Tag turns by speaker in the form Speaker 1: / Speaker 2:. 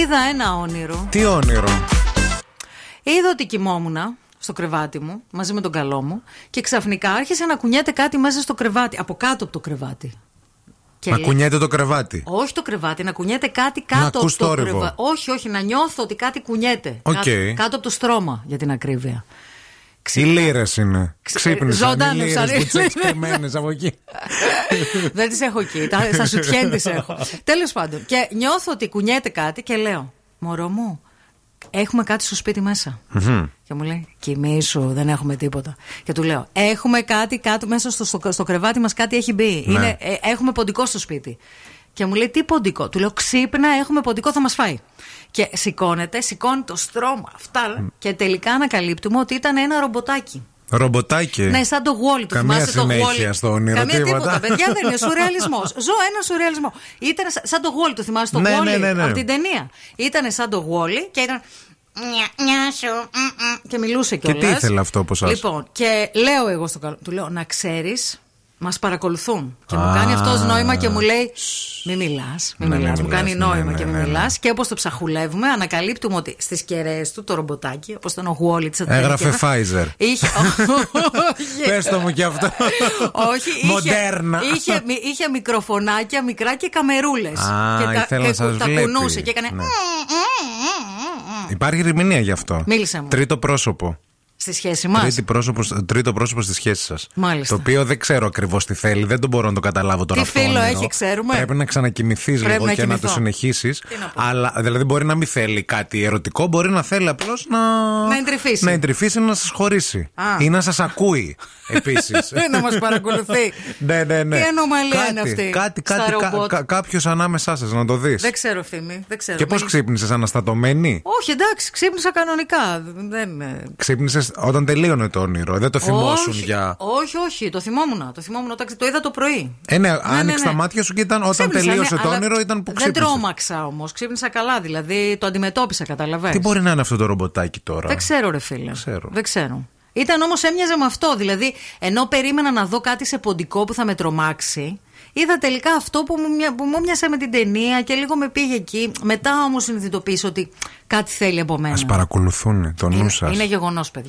Speaker 1: Είδα ένα όνειρο.
Speaker 2: Τι όνειρο.
Speaker 1: Είδα ότι κοιμόμουν στο κρεβάτι μου μαζί με τον καλό μου και ξαφνικά άρχισε να κουνιέται κάτι μέσα στο κρεβάτι, από κάτω από το κρεβάτι. Και
Speaker 2: Να
Speaker 1: λέω,
Speaker 2: κουνιέται το κρεβάτι.
Speaker 1: Όχι το κρεβάτι, να κουνιέται κάτι κάτω
Speaker 2: ακούς
Speaker 1: από το
Speaker 2: θόρυβο.
Speaker 1: κρεβάτι. Όχι, όχι, να νιώθω ότι κάτι κουνιέται.
Speaker 2: Οκ.
Speaker 1: Κάτω, κάτω από το στρώμα, για την ακρίβεια.
Speaker 2: Οι λύρες είναι. Ξύπνησαν. Οι
Speaker 1: ζωντάνεψαν
Speaker 2: λύρε
Speaker 1: οι
Speaker 2: που τι
Speaker 1: λύρες.
Speaker 2: έχει κρυμμένε από εκεί.
Speaker 1: Δεν τις έχω εκεί. Τα, στα σουτιέν τις έχω. Τέλος πάντων. Και νιώθω ότι κουνιέται κάτι και λέω: Μωρό μου, έχουμε κάτι στο σπίτι μέσα. Και μου λέει: Κοιμήσου, δεν έχουμε τίποτα. Και του λέω: Έχουμε κάτι κάτω μέσα στο, στο, στο κρεβάτι μας, κάτι έχει μπει.
Speaker 2: Ναι.
Speaker 1: Είναι, ε, έχουμε ποντικό στο σπίτι. Και μου λέει: Τι ποντικό. Του λέω: Ξύπνα, έχουμε ποντικό, θα μας φάει. Και σηκώνεται, σηκώνει το στρώμα, αυτά. Και τελικά ανακαλύπτουμε ότι ήταν ένα ρομποτάκι.
Speaker 2: Ρομποτάκι.
Speaker 1: Ναι, σαν το Wall του.
Speaker 2: Καμία
Speaker 1: θυμάστε το
Speaker 2: συνέχεια
Speaker 1: Wall.
Speaker 2: στο όνειρο,
Speaker 1: Καμία
Speaker 2: τίποτα.
Speaker 1: παιδιά δεν είναι. Σουρεαλισμός. Ζω ένα σουρεαλισμό. Ήταν σα- σαν το Wall του, θυμάστε το
Speaker 2: Ναι,
Speaker 1: Wall
Speaker 2: ναι, ναι, ναι.
Speaker 1: από την ταινία. Ήταν σαν το Wall και ήταν. «Νια- νιά σου, μ, μ», Και μιλούσε
Speaker 2: Και
Speaker 1: κιόλα.
Speaker 2: τι ήθελε αυτό από εσάς?
Speaker 1: Λοιπόν, και λέω εγώ στο καλό. Του λέω να ξέρεις. Μας παρακολουθούν. Και μου
Speaker 2: Α.
Speaker 1: κάνει αυτός νόημα και μου λέει: Μη μιλάς, μη
Speaker 2: Ναι, μη
Speaker 1: μιλά. Μου
Speaker 2: μιλάς,
Speaker 1: κάνει
Speaker 2: ναι,
Speaker 1: νόημα
Speaker 2: ναι,
Speaker 1: και
Speaker 2: ναι,
Speaker 1: μη
Speaker 2: ναι.
Speaker 1: μιλάς. Και όπως το ψαχουλεύουμε, ανακαλύπτουμε ότι στις κεραίες του το ρομποτάκι, όπως ήταν ο Γουόλι τη
Speaker 2: Έγραφε Pfizer.
Speaker 1: Είχε. Όχι.
Speaker 2: Πες το μου κι αυτό.
Speaker 1: Όχι, είχε,
Speaker 2: Μοντέρνα.
Speaker 1: Είχε, μι- είχε μικροφωνάκια μικρά και καμερούλες.
Speaker 2: Α,
Speaker 1: και
Speaker 2: ήθελα να
Speaker 1: και
Speaker 2: σας
Speaker 1: τα
Speaker 2: βλέπει.
Speaker 1: κουνούσε και έκανε. «Ε,
Speaker 2: Ναι. Υπάρχει ερμηνεία γι' αυτό.
Speaker 1: Μίλησε μου.
Speaker 2: Τρίτο πρόσωπο.
Speaker 1: Στη σχέση μας.
Speaker 2: Τρίτη πρόσωπο, τρίτο πρόσωπο στη σχέση σας.
Speaker 1: Μάλιστα.
Speaker 2: Το οποίο δεν ξέρω ακριβώς τι θέλει, δεν τον μπορώ να το καταλάβω τώρα
Speaker 1: Τι
Speaker 2: αυτό.
Speaker 1: φίλο
Speaker 2: όνειρο.
Speaker 1: έχει, ξέρουμε?
Speaker 2: Πρέπει να ξανακοιμηθείς
Speaker 1: Πρέπει
Speaker 2: λίγο
Speaker 1: να
Speaker 2: και να
Speaker 1: κοιμηθώ.
Speaker 2: το συνεχίσεις.
Speaker 1: Τι να πω.
Speaker 2: Αλλά δηλαδή μπορεί να μην θέλει κάτι ερωτικό, μπορεί να θέλει απλώς να.
Speaker 1: Να εντρυφήσει.
Speaker 2: Να εντρυφήσει, να σας χωρίσει.
Speaker 1: Α.
Speaker 2: Ή να σας ακούει επίσης.
Speaker 1: Ε, να μας παρακολουθεί.
Speaker 2: ναι, ναι, ναι.
Speaker 1: Τι ανομαλία
Speaker 2: κάτι,
Speaker 1: είναι αυτή
Speaker 2: Κάτι,
Speaker 1: στα
Speaker 2: κάτι, κα,
Speaker 1: ρομπότ.
Speaker 2: κα, κάποιος ανάμεσά σας να το δεις.
Speaker 1: Δεν ξέρω, Φίμη. Δεν ξέρω.
Speaker 2: Και πώς
Speaker 1: Μίλησε-
Speaker 2: ξύπνησες, αναστατωμένη.
Speaker 1: Όχι, εντάξει, ξύπνησα κανονικά. Δεν. ε,
Speaker 2: Ξύπνησες όταν τελείωνε το όνειρο. Δεν το θυμόσουν
Speaker 1: όχι,
Speaker 2: για.
Speaker 1: όχι, όχι, το θυμόμουν. Το θυμόμουν όταν ξε- το είδα το πρωί.
Speaker 2: Ε, ναι, άνοιξε
Speaker 1: ναι, ναι.
Speaker 2: τα μάτια σου και ήταν όταν
Speaker 1: Ξύπνησα,
Speaker 2: τελείωσε
Speaker 1: ναι,
Speaker 2: το
Speaker 1: αλλά
Speaker 2: όνειρο ήταν που
Speaker 1: Δεν
Speaker 2: ξύπνησε.
Speaker 1: τρόμαξα όμως. Ξύπνησα καλά, δηλαδή το αντιμετώπισα, καταλαβαίνω.
Speaker 2: Τι μπορεί να είναι αυτό το ρομποτάκι τώρα.
Speaker 1: Δεν ξέρω, ρε φίλε.
Speaker 2: ξέρω.
Speaker 1: Δεν ξέρω. Ήταν όμως έμοιαζε με αυτό. Δηλαδή, ενώ περίμενα να δω κάτι σε ποντικό που θα με τρομάξει, είδα τελικά αυτό που μου, μια- που μου μοιάσε με την ταινία και λίγο με πήγε εκεί. Μετά όμως συνειδητοποίησα ότι κάτι θέλει από μένα.
Speaker 2: Ας παρακολουθούν το νου
Speaker 1: Είναι-
Speaker 2: σας.
Speaker 1: Είναι γεγονός, παιδιά.